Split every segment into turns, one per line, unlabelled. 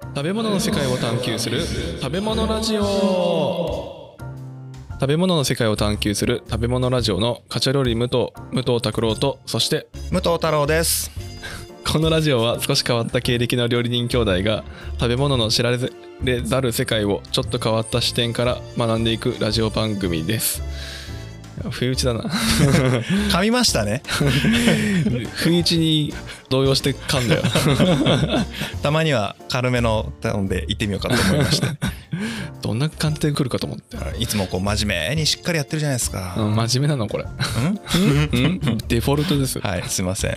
食べ物の世界を探求する食べ物ラジオ食べ物の世界を探求する食べ物ラジオのカチャ料理武藤武藤拓郎とそして
武藤太郎です
このラジオは少し変わった経歴の料理人兄弟が食べ物の知られざる世界をちょっと変わった視点から学んでいくラジオ番組ですいや不意打ちだな
噛みましたね
不意打ちに動揺して噛んだよ
たまには軽めのターンで行ってみようかと思いました
どんな感じで来るかと思って、
いつもこう真面目にしっかりやってるじゃないです
う
か、
ん真面目なのこれ
うん、
うんデフォルトです
はいすいません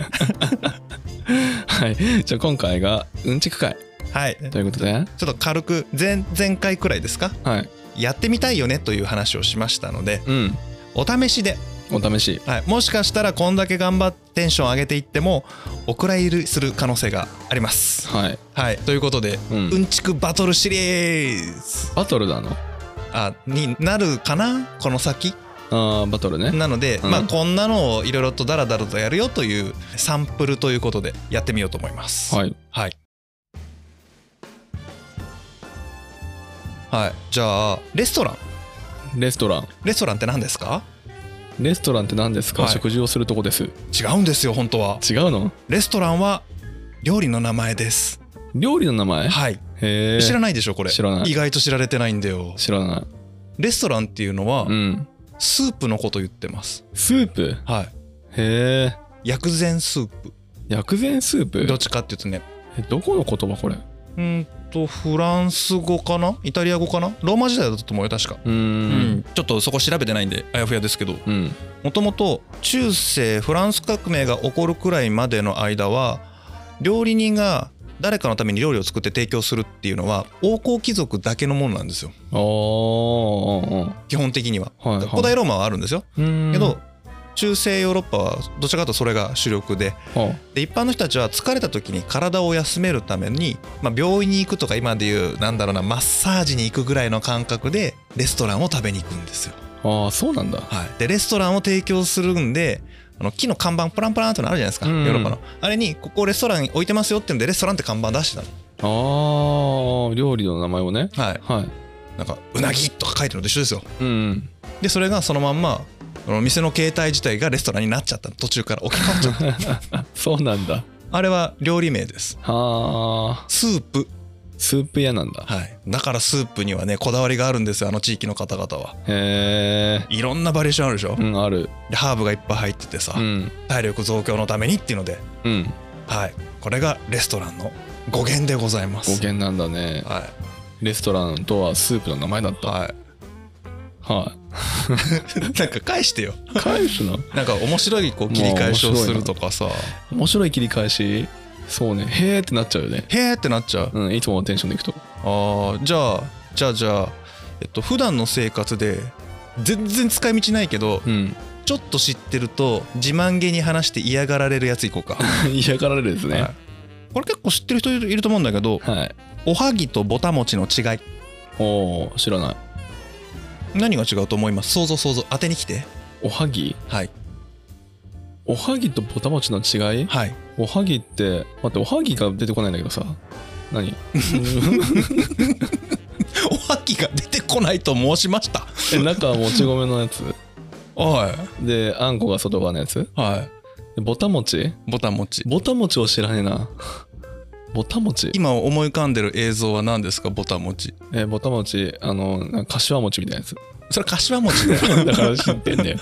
はい。じゃあ今回がうんちく会
はい
ということで、
ちょっと軽く前前回くらいですか
はい。
やってみたいよねという話をしましたので
うん。
お試しで、
お試し。
はい、もしかしたらこんだけ頑張ってテンション上げていってもお蔵入りする可能性があります
はい。
はいということで、
う
うんん、ちくバトルシリーズ
バトルなの
あになるかなこの先
あーバトルね。
なので、
うん
まあこんなのをいろいろとダラダラとやるよというサンプルということでやってみようと思います。
はい。
はい。はい。じゃあレストラン
レストラン。
レストランって何ですか？
レストランって何ですか、
はい
食事をするとこです。違
違うんですよ本当は。
うの
レストランは料理の名前です。
料理の名前
はい。
へえ。
知
な
ら
い。
ないでしょこれ。
知らない
意外と知られてないんだよ。
知らない。
レストランっていうのは
うん。
スープのこと言ってます。
スープ
はい。
へえ。
薬膳スープ。
薬膳スープ
どっちかっていうとね
えどこの言葉これう
うーんとフランス語かなイタリア語かなローマ時代だったと思うよ確か、
ーん。
ちょっとそこ調べてないんであやふやですけど
うん。
もともと中世フランス革命が起こるくらいまでの間は料理人が誰かのために料理を作って提供するっていうのは王侯貴族だけのものなんですよ
あーあ
基本的には、
ー。はい、はい。
古代ローマはあるんですよ、
うん。
けど中世ヨーロッパはどちらかというとそれが主力で
は
で一般の人たちは疲れた時に体を休めるために、まあ、病院に行くとか今でいうなんだろうなマッサージに行くぐらいの感覚でレストランを食べに行くんですよ。
あ。ああ、そうなんだ。
はい、でレストランを提供するんであの木の看板プランプランってのあるじゃないですか、
うん
ヨーロッパのあれにここレストラン置いてますよってんでレストランって看板出してた
ああ、料理の名前をね。
の、はい、
はい。
なんかうなぎとか書いてるのと一緒ですよ
うん。
でそれがそのまんまあの店の形態自体がレストランになっちゃったの途中から置き換わっちゃった
そうなんだ。
あれは料理名です
はあ、
スープ
スープ屋なんだ。
はい、だからスープにはねこだわりがあるんですよあの地域の方々は
へえ。
いろんなバリエーションあるでしょ、
うん、ある。
でハーブがいっぱい入っててさ、
うん。
体力増強のためにっていうので、
うん。
はい、これがレストランの語源でございま
語
す
源なんだね。
は
レストランとはスープの名前だった。
い、
はい。
はい、 なんか返してよ
返すの
なんか面白いこう切り返しを
もう面白いな
するとかさ
面白い切り返し。そうね。へーってなっちゃうよね。
へえってなっちゃう、
うん、いつものテンションでいくと。
あーじゃあじゃあじゃあえっと普段の生活で全然使い道ないけど
うん。
ちょっと知ってると自慢げに話して嫌がられるやついこうか
嫌がられるですね
は。いこれ結構知ってる人いるいると思うんだけど
はい。
おはぎとぼたもちの違い
おー、知らない。
何が違うと思います想像想像当てに来て
おはぎ
はい
おはぎとぼたもちの違い
はい
おはぎって、待って、おはぎが出てこないんだけどさ。何
おはぎが出てこないと申しました
え、中はもち米のやつ。
は
で、あんこが外側のやつ。
いは
でぼたもち
いぼたもち
ぼたもちを知らねえな。 ぼたもち
今思い浮かんでる映像は何ですかぼたもち
えー、ぼたもち、あの、なんか柏餅みたいなやつ。
それ柏餅だよ
だから知ってんだよ。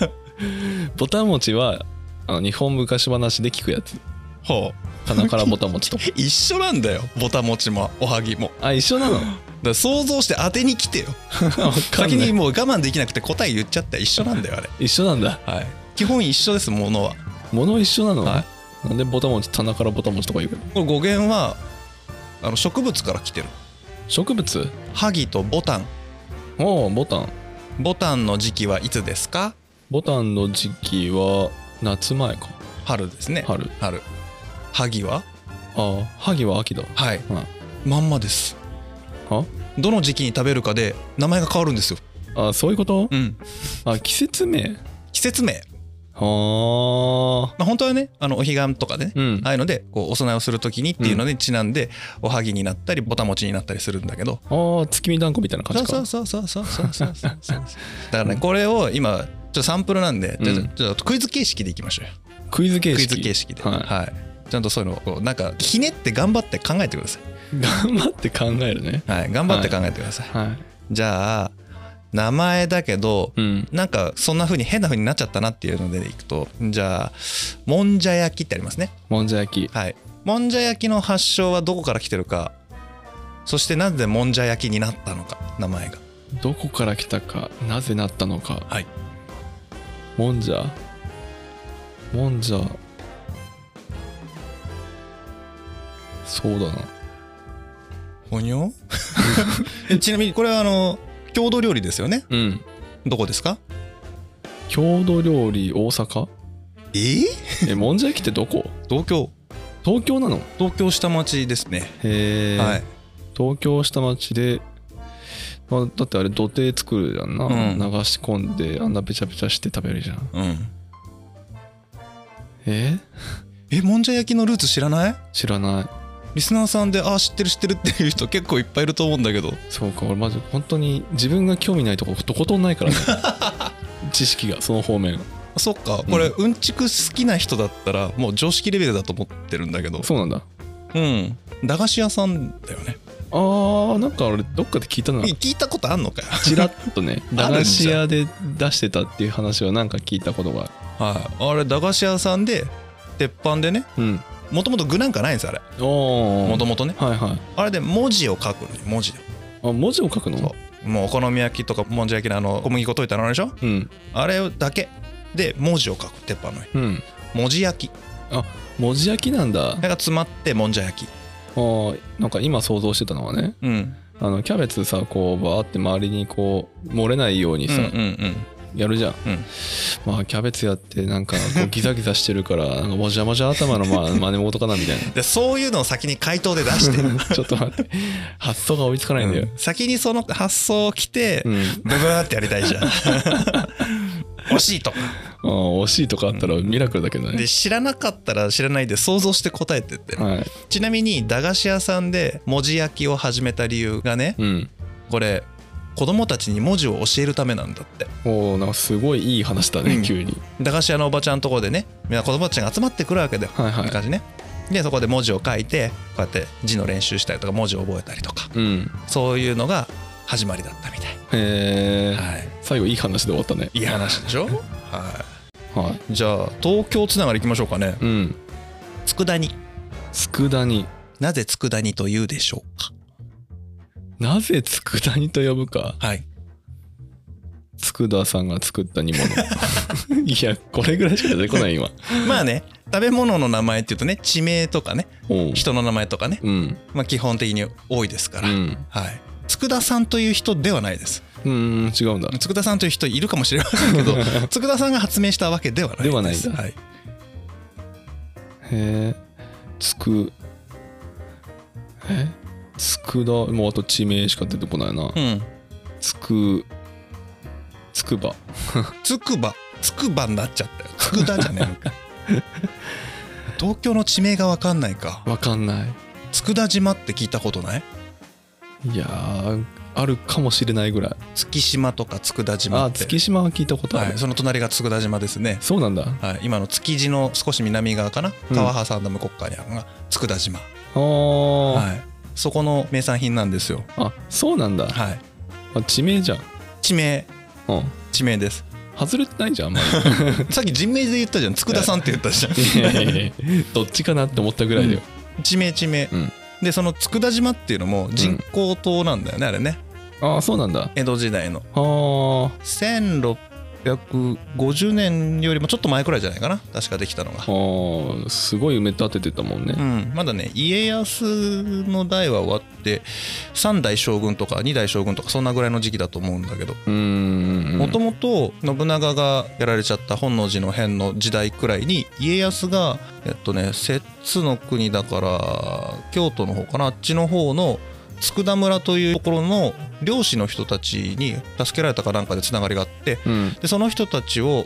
ぼたもちは、あの、日本昔話で聞くやつ。
ほう
鼻からぼたも ちと。
一緒なんだよぼたもちもおはぎも
あ、一 緒なの
だから想像して当てに来てよ
先
先に
に
もう我慢できなくて答え言っちゃった一緒なんだよあれ
一緒なんだ。
はい基本一緒ですものは
物一緒なの、
は
なんでぼたもち、棚からぼたもちとか言うの
これ語源はあの植物から来てる
植物
ハギとボタン
おお、ぼたん。
ボタンの時期はいつですか
ぼたんの時期は、夏前か。
春ですね
春。
春ハギは
ああ、萩は秋だ。
はい
うん。
まんまです
は
どの時期に食べるかで名前が変わるんですよ
あ、そういうこと
うん
あ、季節名
季節名
はは
まあ、本当はねあのお彼岸とかでね、
あうん
ああいうのでこうお供えをする時にっていうのでちなんでおはぎになったりぼたもちになったりするんだけど、
ああ月見団子みたいな感
そ
じ
う
か
そうそうそうそうそうそうそうそうだからねこれを今ちょっとサンプルなんで、ちょっと
うん
ちょっとクイズ形式でいきましょうよ
クイズ形
クイ
式
ズ形式で
は
はいい、ちゃんとそういうのをこうなんかひねって頑張って考えてくださ
頑張って考えるね
い、はい、頑張って考えてください、
はい
じゃあ名前だけど、
うん
なんかそんな風に変な風になっちゃったなっていうのでいくとじゃあもんじゃ焼きってありますね
もんじゃ焼き
はいもんじゃ焼きの発祥はどこから来てるかそしてなぜもんじゃ焼きになったのか名前が
どこから来たかなぜなったのか
はい
もんじゃもんじゃそうだな
ほにょ えちなみにこれはあの郷土料理ですよね
うん
どこですか
郷土料理大阪
えー、
えもんじゃ焼きってどこ
東京
東京なの
東京下町ですね、
へえ、
はい
東京下町で、まあ、だってあれ土手作るじゃんな、
うん
流し込んであんなべちゃべちゃして食べるじゃん
うん
え
えもんじゃ焼きのルーツ知らない
知らない
リスナーさんでああ知ってる知ってるっていう人結構いっぱいいると思うんだけど
そうか俺マジ本当に自分が興味ないとことことんない からね知識がその方面
そっかこれうんちく好きな人だったらもう常識レベルだと思ってるんだけど
そうなんだ
うん駄菓子屋さんだよね
あーなんか俺どっかで聞いたな
え聞いたことあんのかよ
ちらっとね
あ
駄
るん
菓
じ
子
ゃ
屋で出してたっていう話はなんか聞いたことがある
はいあれ駄菓子屋さんで鉄板でね
うん
もともと具なんかないんですあれ
おお
もともとね
はいはい
あれで文字を書くのよ文字で
あ文字を書くの
そもうお好み焼きとかもんじゃ焼きのあの小麦粉溶いたのあるでしょ
うん
あれだけで文字を書く鉄板の上に
うん
文字焼き
文字焼きなんだ
なんか詰まってもんじゃ焼き
あーなんか今想像してたのはね
うん
あのキャベツさこうバーって周りにこう漏れないように
う
さ、
んうん
やるじゃん、
うん
まあキャベツやってなんかこうギザギザしてるから なんかもじゃもじゃ頭のまあ真似事かなみたい
うんでそういうのを先に回答で出して
な ちょっと待って発想が追いつかないんだよ、
うん先にその発想を来て、
うん
ブブーってやりたいじゃん 惜しいとか
あー惜しいとかあったらミラクルだけどね
で、知らなかったら知らないで想像して答えてって、
はい
ちなみに駄菓子屋さんで文字焼きを始めた理由がね
うん、
これ子供たちに文字を教えるためなんだって
おーなんかすごいいい話だね、
うん
急に
駄菓子屋のおばちゃんのところでねみんな子供たちが集まってくるわけだよ、
はいはい
いい感じねでそこで文字を書いてこうやって字の練習したりとか文字を覚えたりとか
うん
そういうのが始まりだったみたい、
えー、
はい
最後いい話で終わったね
いい話でしょはい
は
じゃあ東京つながりいきましょうかね
いうん
佃煮
佃煮
なぜ佃煮というでしょうか
なぜ佃煮と呼ぶか
はい
佃さんが作った煮物 いやこれぐらいしか出てこない 今
まあね食べ物の名前っていうとね地名とかね
うん
人の名前とかね、
うん
まあ、基本的に多いですか
う
ら、
ん
はい佃さんという人ではないです
うん違うんだ
佃さんという人いるかもしれませんけ ど佃さんが発明したわけではないです
ではないんだ
は
へ
い、
えつくえつくだもうあと地名しか出てこないな
うん
つくつくば
つくばつくばになっちゃったよ佃じゃねえの か東京の地名が分かんないか
わかんない
佃島って聞いたことない
いやーあるかもしれないぐらい
月島とか佃島
あ
って
月島は聞いたことある、
はい、その隣が佃島ですね、
そうなんだ
はい、今の築地の少し南側かな
うん
川挟んだ向こう側にあるのが佃島、
あ、ー
はい、そこの名産品なんですよ、
あそうなんだ
はい、
あ地名じゃん
地名
うん
地名です
外れてないじゃんあんまり
さっき人名で言ったじゃん佃さんって言ったじゃん
いやいやいや どっちかなって思ったぐらいだよ、
地名地名、
うん
でその佃島っていうのも人工島なんだよね、あれね
ああそうなんだ
江戸時代の
あー
1650年よりもちょっと前くらいじゃないかな確かできたのが
あ、ーすごい埋め立ててたもんね
う、ん、まだね家康の代は終わって3代将軍とか2代将軍とかそんなぐらいの時期だと思うんだけど
うーん
もともと信長がやられちゃった本能寺の変の時代くらいに家康がえっとね摂津の国だから京都の方かなあっちの方の佃村というところの漁師の人たちに助けられたかなんかでつながりがあって
うん
でその人たちを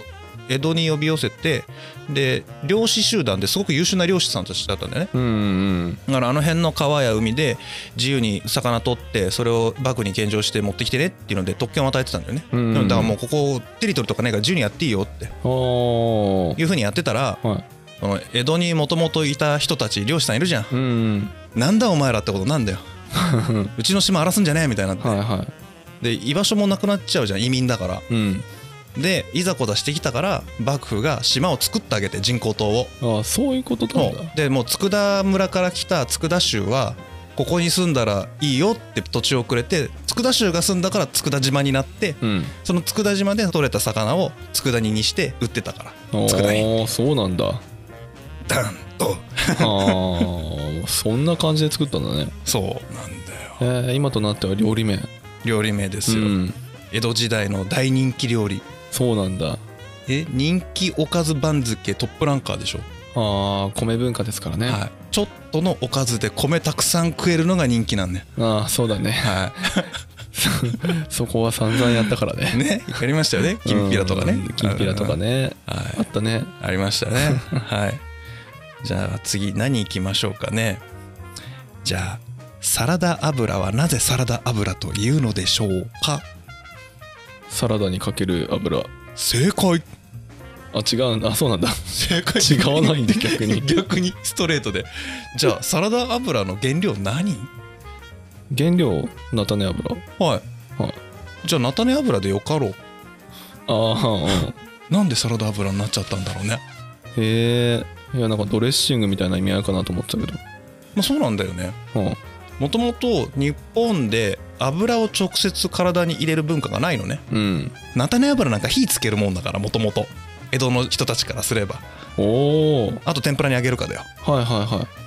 江戸に呼び寄せてで漁師集団ですごく優秀な漁師さんたちだったんだよね
うんうん
だからあの辺の川や海で自由に魚取ってそれをバッグに献上して持ってきてねっていうので特権を与えてたんだよね、
うん
だからもうここテリトリーとかねえから自由にやっていいよって
おー
いうふうにやってたら
はい
その江戸にもともといた人たち漁師さんいるじゃん
うんうん
なんだお前らってことなんだようちの島荒らすんじゃねえみたいになって
はいは
で居場所もなくなっちゃうじゃん移民だから
いうん
でいざこざしてきたから幕府が島を作ってあげて人工島を
ああそういうことなんだ
そうでもう佃村から来た佃州はここに住んだらいいよって土地をくれて佃州が住んだから佃島になって
うん
その佃島で取れた魚を佃煮にして売ってたから
お
佃煮
ーそうなん だ
ダンと
ああそんな感じで作ったんだね
そうなんだよ
えー今となっては料理麺
料理名です
う
よ、
ん
江戸時代の大人気料理
そうなんだ
え人気おかず番付トップランカーでしょ、
ああ米文化ですからね、
はい、ちょっとのおかずで米たくさん食えるのが人気なんね
ああそうだ ね
は
そこは散々やったから
い
ね
ねやりましたよねきんぴらとかね
うんきんぴらとかね
はい
あったね
ありましたね はいじゃあ次何いきましょうかねじゃあサラダ油はなぜサラダ油というのでしょうか
サラダにかける油あ
正解
違うんあそうなんだ
正解
違わない んで逆に
逆にストレートでじ ゃあサラダ油の原料何
原料菜種油
はい、
はい
じゃあ菜種油でよかろう
ああうんへ
なんでサラダ油になっちゃったんだろうね
えいやなんかドレッシングみたいな意味合いかなと思ってたけど
まあそうなんだよね
うん
もともと日本で油を直接体に入れる文化がないのね
うん
菜種油なんか火つけるもんだからもともと江戸の人たちからすれば
おおはい
あと天ぷらにあげるかだよ
はいはい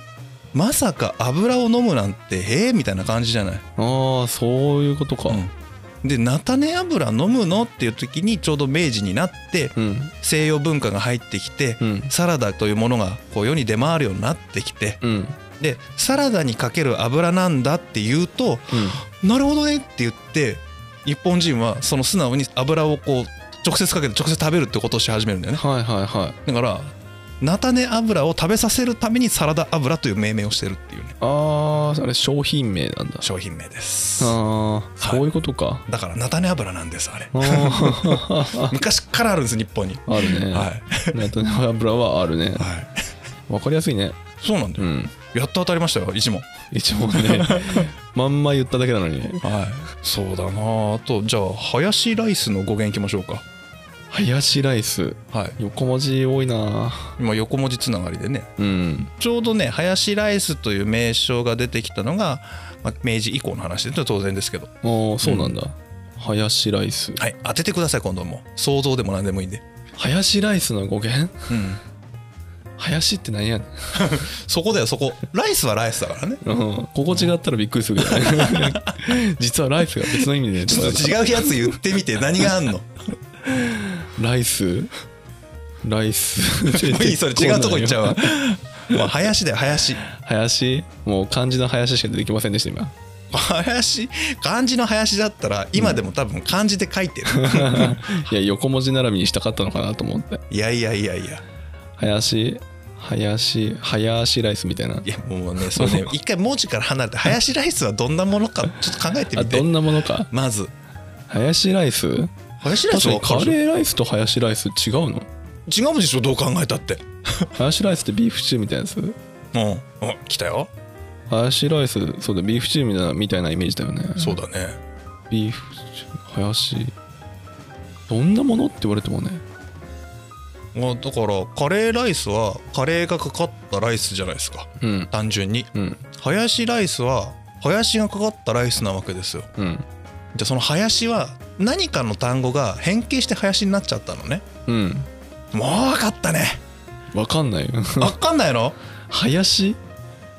まさか油を飲むなんてえー、みたいな感じじゃない、
ああそういうことか
うん、で菜種油飲むのっていう時にちょうど明治になって
うん
西洋文化が入ってきて
うん
サラダというものがこう世に出回るようになってきて
うんうん
でサラダにかける油なんだって言うとなるほどねって言って日本人はその素直に油をこう直接かけて直接食べるってことをし始めるんだよね
はいはいはい
だから菜種油を食べさせるためにサラダ油という命名をしてるっていうね
あああれ商品名なんだ
商品名です
ああ
はい
そういうことか
だから菜種油なんですあれ
あー
昔からあるんです日本に は
ある
い
ね
は
菜種油はあるね
い
わかりやすいね
そうなんだ
う
よ
ん
やっと当たりましたよ一問
一問ねまんま言っただけなのに
はいそうだなあとじゃあハヤシライスの語源いきましょうか
ハヤシライス
はい
横文字多いな
今横文字つながりでね
うん
ちょうどねハヤシライスという名称が出てきたのが、まあ、明治以降の話で当然ですけど
ああそうなんだハヤシライス
はい当ててください今度も想像でも何でもいいんで
ハヤシライスの語源
うん
ハヤシって何やねん
そこだよそこライスはライスだからね
うん、ここ違ったらびっくりするけど ね実はライスが別の意味で
ちょっと違うやつ言ってみて何があんのも
ライスライス
ういいそれ違うとこ行っちゃうわ
わ
まあ林だよ林
林もう漢字の林しか出てきませんでした今
林漢字の林だったら今でも多分漢字で書いてる、
いや横文字並びにしたかったのかなと思って
いやいやいやいや
林林林ライスみたいない
やもうねそれ ね一回文字から離れて林ライスはどんなものかちょっと考えて
あ
み
どん
て
なものか
まず
林ライス
林ライ
確
ス
か
は
にカ
カレ
レーライスと林ライス違うの
ー違うでしょどう考えたって
林ライスってビーフシチューみたいなやつ
うんうん来たよ
林ライスそうだビーフシチューみたいなみたいなイメージだよね
そうだね
ビーフシチュー林どんなものって言われてもね
まあだからカレーライスはカレーがかかったライスじゃないですか
うん
単純に
うん
ハヤシライスはハヤシがかかったライスなわけですよ
うん
じゃあそのハヤシは何かの単語が変形してハヤシになっちゃったのね
うん
もう分かったね
わかんないよ
分かんないの
林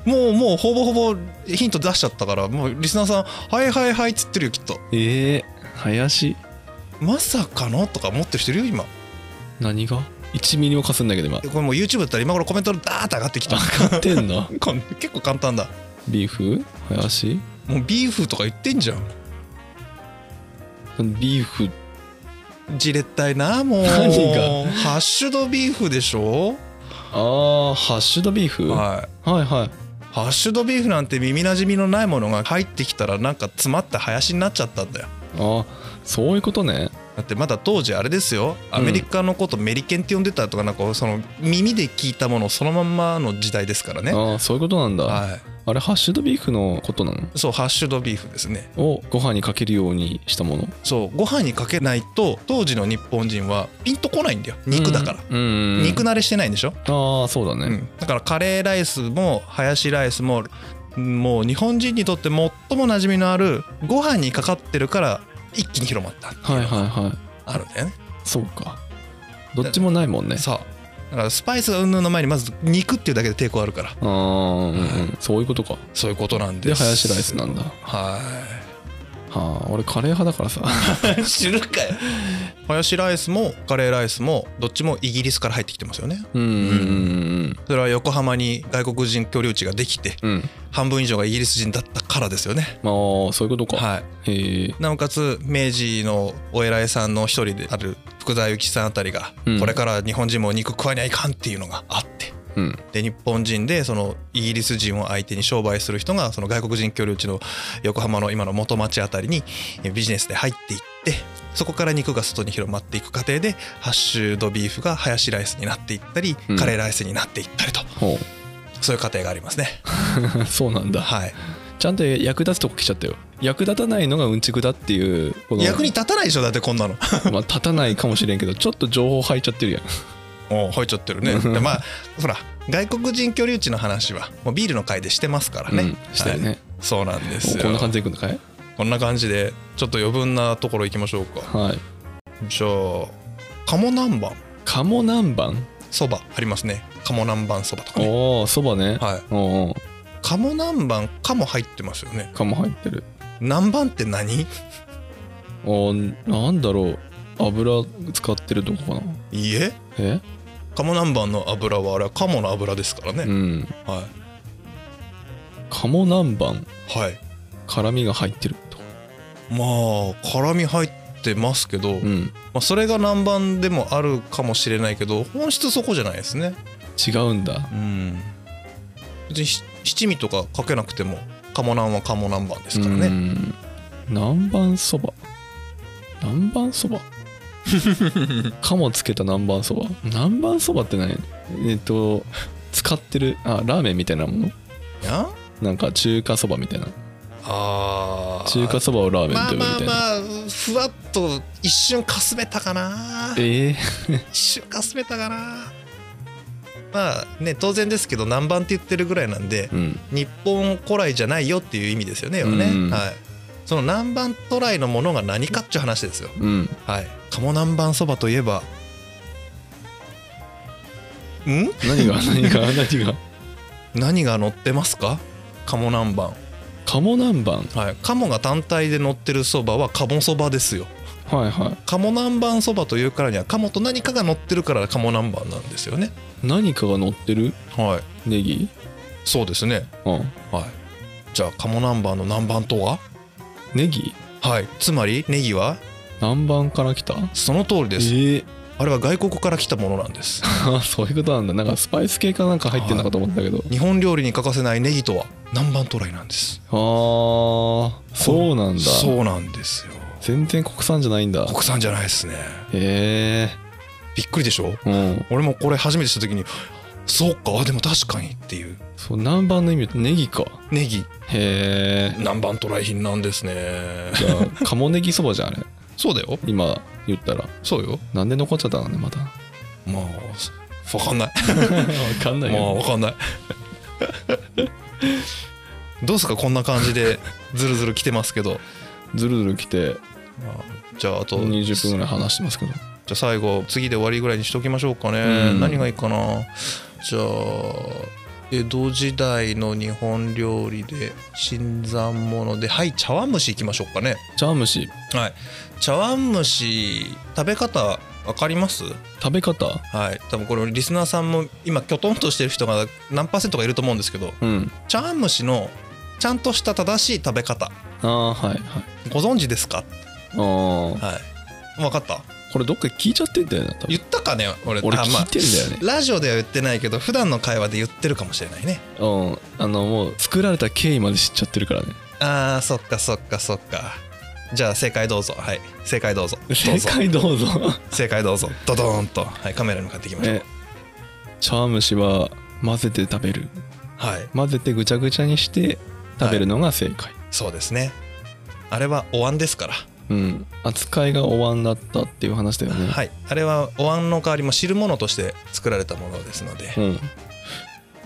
もうもうほぼほぼヒント出しちゃったからもうリスナーさん「はいはいはい」っつってるよきっと
ええ林
まさかのとか思ってる人いるよ今
何が ?1 ミリもかすんだけど今
これもう YouTube だったら今頃コメントでダーッて上がって きた
分かってん だ
こん結構簡単だ
ビーフ林
もうビーフとか言ってんじゃん
ビーフ
じれったいなもう
何が
ハッシュドビーフでしょ、
あーハッシュドビーフ、は
はい
い、はいはい
ハッシュドビーフなんて耳なじみのないものが入ってきたらなんか詰まった林になっちゃったんだよ
あそういうことね
だってまだ当時あれですよ
ん
アメリカのことメリケンって呼んでたとかなんかその耳で聞いたものそのまんまの時代ですからね
ああそういうことなんだ、
は
あれハッシュドビーフのことなの
いそうハッシュドビーフですね
をご飯にかけるようにしたもの
そうご飯にかけないと当時の日本人はピンとこないんだよ肉だから、
うん、うん
肉慣れしてないんでしょ、
ああそうだ
う
ね、
ん、だからカレーライスもハヤシライスももう日本人にとって最も馴染みのあるご飯にかかってるから一気に広まったっていう
はいは
の
い
が
はい
あるんだよね、
そうかどっちもないもんね
そうだからスパイスがうんぬんの前にまず肉っていうだけで抵抗あるから
ああ、うんうん、そういうことか
そういうことなん
で
です
ハヤシライスなんだは
は
あ俺カレー派だからさ
い 知るかよハヤシライスもカレーライスもどっちもイギリスから入ってきてますよね
うんうんうん
それは横浜に外国人居留地ができて
うんうん
半分以上がイギリス人だったからですよね
まあそういうことか、
はい
へえ
なおかつ明治のお偉いさんの一人である福沢諭吉さんあたりが、
うん
これから日本人も肉食わにゃいかんっていうのがあって
うん
で日本人でそのイギリス人を相手に商売する人がその外国人居留地の横浜の今の元町あたりにえビジネスで入っていってそこから肉が外に広まっていく過程でハッシュドビーフがハヤシライスになっていったり、
うん
カレーライスになっていったりと
ほ
そういう過程がありますね。
う そうなんだ
はい、
ちゃんと役立つとこ来ちゃったよ役立たないのがうんちくだっていうこの
役に立たないでしょだってこんなの。
まあ立たないかもしれんけどちょっと情報入っちゃってるやん
もう入っちゃってるねでまあほら外国人居留地の話はもうビールの会でしてますからね、
うんしたよね
はいそうなんですよ
こんな感じでいくのかい
こんな感じでちょっと余分なところ行きましょうか
はい
じゃあ鴨南蛮
鴨南蛮
そばありますね鴨南蛮そばとかね
おおそばね、
はい
おうおう
鴨南蛮鴨入ってますよね
鴨入ってる
南蛮って何
おーなんだろう油使ってるとこかない
いえ
え
鴨南蛮の油はあれは鴨の油ですから
う
ね、
ん
は
鴨南蛮
いはい
辛みが入ってると
まあ辛み入ってますけど、
うん
まあ、それが南蛮でもあるかもしれないけど本質そこじゃないですね
違うんだ
うん別にし七味とかかけなくても鴨南は鴨南蛮ですから
う
ね
ん南蛮そば南蛮そ ば鴨つけた南蛮そば南蛮そばって何えっと使ってるあラーメンみたいなもの
やん
なんか中華そばみたいな
あー
中華そばをラーメンと
まあ
呼ぶみ
まあ
たいな、
まあふわっと一瞬かすめたかな
ええ
一瞬かすめたかなまあね当然ですけど南蛮って言ってるぐらいなんで
うん
日本古来じゃないよっていう意味ですよね要はね、
うん
はいその南蛮渡来のものが何かっていう話ですよ
うん
はい、鴨南蛮そばといえばん
何 が何が何が
何が乗ってますか鴨南蛮
鴨南蛮
はい鴨が単体で乗ってるそばは鴨そばですよ
はいは
鴨南蛮そばというからには鴨と何かが乗ってるから鴨南蛮なんですよね
い何かが乗ってる
はい
ネギ
そうですね
うん
はいじゃあ鴨南蛮の南蛮とは
ネギ
はいつまりネギは
南蛮から来た
その通りです
ええ
あれは外国から来たものなんです
あ そういうことなんだなんかスパイス系かなんか入ってんのかと思ったけど
日本料理に欠かせないネギとは南蛮到来なんです
あーそうなんだ
そうなんですよ
全然国産じゃないんだ
国産じゃないですね
へえ
びっくりでしょ
うん
俺もこれ初めてした時にそうかでも確かにっていう
そう南蛮の意味ってネギか
ネギ
へえ
南蛮渡来品なんですね
じゃあ鴨ネギそばじゃんあれ
そうだよ
今言ったら
そうよ
なんで残っちゃったのねまたわ
まあ分かんない
かん
ま
ない
あ
よ
分かんないどうすかこんな感じでズルズル来てますけど、
ずるずる来て
まあじゃああと
20分ぐらい話してますけど
じゃあ最後次で終わりぐらいにしときましょうかね、
うん
何がいいかなじゃあ江戸時代の日本料理で新参者ではい茶碗蒸しいきましょうかね
茶碗蒸し
はい茶碗蒸し食べ方わかります
食べ方
はい多分これリスナーさんも今きょとんとしてる人が何パーセントかいると思うんですけど
うん
茶碗蒸しのちゃんとした正しい食べ方
ああはいはい
ご存知ですか
あ
はい分かった
これどっかで聞いちゃってんだよな多分
言ったかね俺
俺
あ
聞いてんだよね
ラジオでは言ってないけど普段の会話で言ってるかもしれないね
うんあのもう作られた経緯まで知っちゃってるからね
あーそっかそっかそっかじゃあ正解どうぞはい正解どうぞどう
正
ぞ
解どうぞ
正解どうぞドドーンと、はい、カメラに向かっていきましょ う、
え茶碗蒸しは混ぜて食べる
はい
混ぜてぐちゃぐちゃにして食べるのが正解、
そうですねあれはお椀ですから、
うん扱いがお椀だったっていう話だよね、
はいあれはお椀の代わりも汁物として作られたものですので、
うん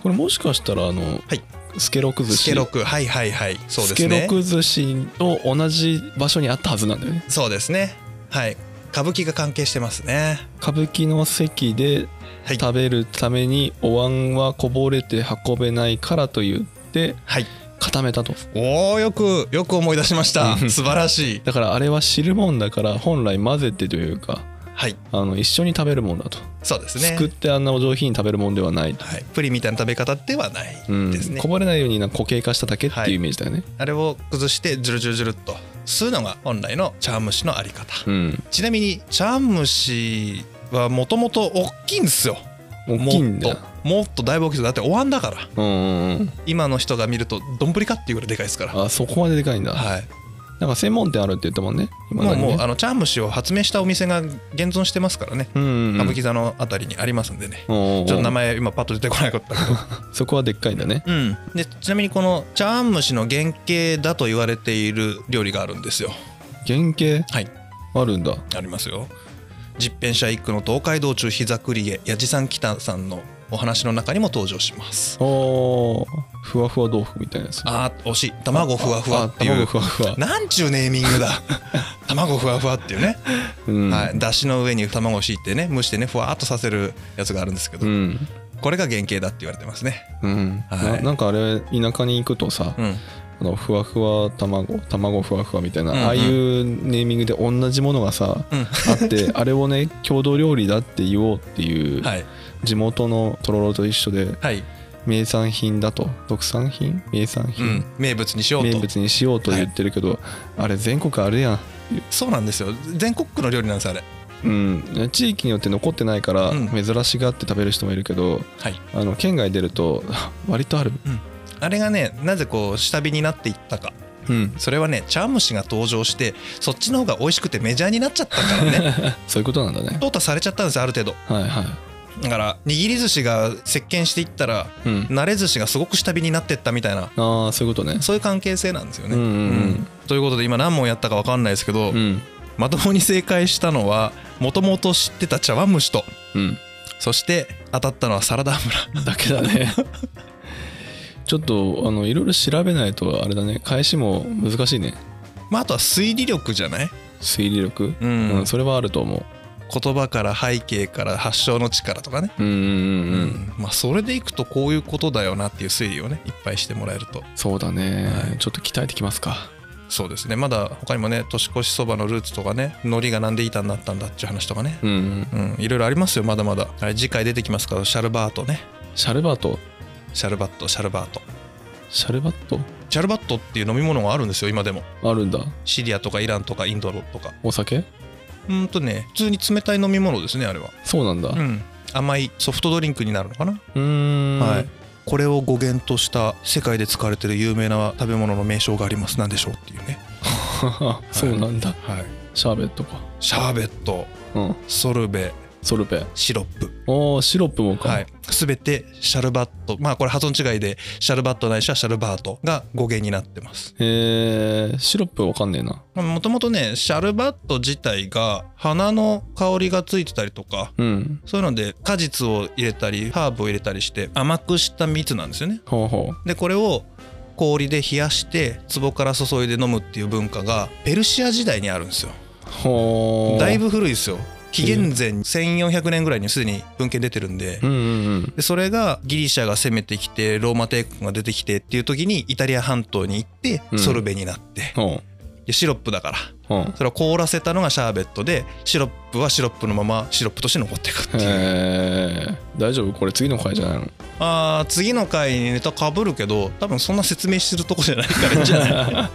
これもしかしたらあの、
はい
スケロク寿司
スケロクはいはいはいそう
ス
です
ケロ
ね
ク寿司と同じ場所にあったはずなんだよね
そうですねはい歌舞伎が関係してますね
歌舞伎の席で
はい
食べるためにお椀はこぼれて運べないからと言って
はい
固めたと
おおよくよく思い出しました
うん
素晴らしい
だからあれは汁もんだから本来混ぜてというか
はい
あの一緒に食べるもんだと、
そうですね
作ってあんなお上品に食べるもんではないと、
はい、プリンみたいな食べ方ではない
うん
ですね、
こぼれないようになんか固形化しただけっていうイメージだよね、
あれを崩してジュルジュルジュルっと吸うのが本来の茶碗蒸しのあり方、
うん
ちなみに茶碗蒸しはもともと大きいんですよ
大きいんだ
もっともっとだいぶ大きいですだってお椀だから
うんうんうん
今の人が見ると丼かっていうぐらいでかいですから
あそこまででかいんだ、
はい
なんか専門店あるって言ったもんね今
もう
何ね
もうあの茶碗蒸しを発明したお店が現存してますからね
うんうんうん
歌舞伎座のあたりにありますんでね、
おうおうおう
ちょっと名前今パッと出てこなかったけど
そこはでっかいんだね
うん、でちなみにこの茶碗蒸しの原型だと言われている料理があるんですよ
原型
はい
あるんだ
ありますよ実編者一句の東海道中膝栗毛八地さん北さんのお話の中にも登場します
おーふわふわ豆腐みたいなやつ
あー惜しい卵ふわふわって
あ
い
卵
う
ふわふわ、
なんちゅうネーミングだ卵ふわふわっていうね、
うん
はい、だしの上に卵を敷いてね蒸してねふわーっとさせるやつがあるんですけど、
うん
これが原型だって言われてますね
うん
はい
ななんかあれ田舎に行くとさ、
うん
あのふわふわ卵卵ふわふわみたいな、
うんうん
ああいうネーミングで同じものがさ、
うん
あ ってあれをね郷土料理だって言おうっていう、
はい
地元のとろろと一緒で
はい、
名産品だと特産品名産
う
品
ん、、名物にしようと
名物にしようと言ってるけど、あれ全国あるやん
そうなんですよ全国区の料理なんですあれ
うん、地域によって残ってないから
うん
珍しがって食べる人もいるけど、
はい
あの県外出ると あ割とある、
あれがねなぜこう下火になっていったか
うん、
それはね茶碗蒸しが登場してそっちの方が美味しくてメジャーになっちゃったからね
そういうことなんだね
淘汰されちゃったんですある程度
はいはい、
だから握り寿司が席巻していったら
うん、
慣れ寿司がすごく下火になってったみたいな
ああそういうことね
そういう関係性なんですよね、
うんうんうん
ということで今何問やったか分かんないですけ
う
ど、
ん
まともに正解したのはもともと知ってた茶碗蒸しと
うん
そして当たったのはサラダ油
だけだね ちょっとあのいろいろ調べないとあれだね返しも難しいね
まああとは推理力じゃない、
推理力、
う
うん
ん
それはあると思
言葉から背景から発祥の地からとかね
ううんうんうん、うん、
まあそれでいくとこういうことだよなっていう推理をねいっぱいしてもらえると
そうだね、
はい
ちょっと鍛えてきますか
そうですねまだ他にもね年越しそばのルーツとかね海苔がなんで板になったんだっていう話とかね
うんうん
うんいろいろありますよまだまだあれ次回出てきますからシャルバートね
シャルバート
シャルバットシャルバート
シャルバット
シャルバットっていう飲み物があるんですよ今でも
あるんだ
シリアとかイランとかインドとか
お酒
うんとね普通に冷たい飲み物ですねあれは
そうなんだ
う
うん
甘いソフトドリンクになるのかな
ーん
はい、これを語源とした世界で使われている有名な食べ物の名称があります何でしょうっていうね、
そうなんだ、
はい、
シャーベットか
シャーベット
うん
ソルベ
ソルベ
シロップ、
おーシロップもか、
はい、全てシャルバットまあこれ発音違いでシャルバットないしはシャルバートが語源になってます
えー、シロップわかんねえな
もともとねシャルバット自体が花の香りがついてたりとか
うん
そういうので果実を入れたりハーブを入れたりして甘くした蜜なんですよね
ほうほ
でこれを氷で冷やして壺から注いで飲むっていう文化がペルシア時代にあるんですよ
うほう
だいぶ古いですよ紀元前1400年ぐらいにすでに文献出てるんで
うんうんうん
でそれがギリシャが攻めてきてローマ帝国が出てきてっていう時にイタリア半島に行って
うん
ソルベになって、
ほ
でシロップだから
うほう
それを凍らせたのがシャーベットでシロップはシロップのままシロップとして残っていくっていう
えー、大丈夫これ次の回じゃない の
あー次の回にネタかぶるけど多分そんな説明するとこじゃないからいいんじゃない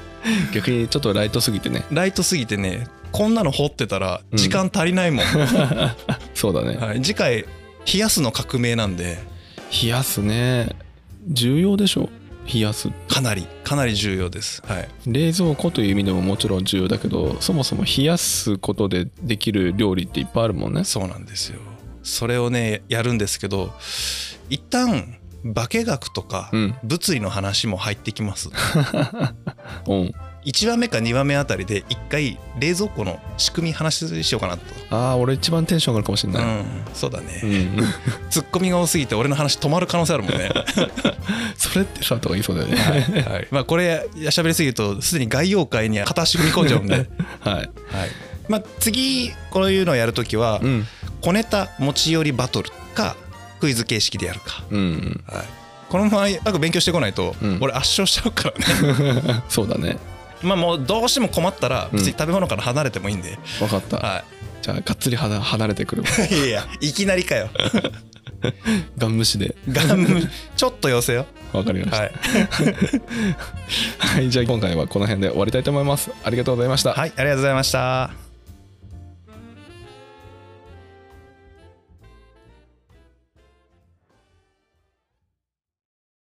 逆にちょっとライトすぎてね
ライトすぎてねこんなの掘ってたら時間足りな いもん、
そうだね
はい、次回冷やすの革命なんで
冷やすね重要でしょ冷やす
かなりかなり重要ですはい
冷蔵庫という意味でももちろん重要だけどそもそも冷やすことでできる料理っていっぱいあるもんね
そうなんですよそれをねやるんですけど一旦化学とか
うん
物理の話も入って きます、
うん
1話目か2話目あたりで一回冷蔵庫の仕組み話しようかなと、
ああ俺一番テンション上がるかもしれ
う
ない、
ん、そうだね、
うん
ツッコミが多すぎて俺の話止まる可能性あるもんね
それってさとか言いそうだよね
はい、はいまあこれ喋りすぎるとすでに概要会に片足踏み込ん じゃうんで、はい
はい、
まあ、次こういうのをやるときは、
うん
小ネタ持ち寄りバトルかクイズ形式でやるか、
うん
はい、このままあと勉強してこないと、
うん
俺圧勝しちゃうからね
そうだね
まあもうどうしても困ったら別に食べ物から離れてもいいんで、
分かった
は
じゃあがっつりはな離れてくる
い、いやいやいきなりかよ
ガン無視で
ガムちょっと寄せよ
分かりました、
はい、
はい、じゃあ今回はこの辺で終わりたいと思いますありがとうございました
はい、ありがとうございました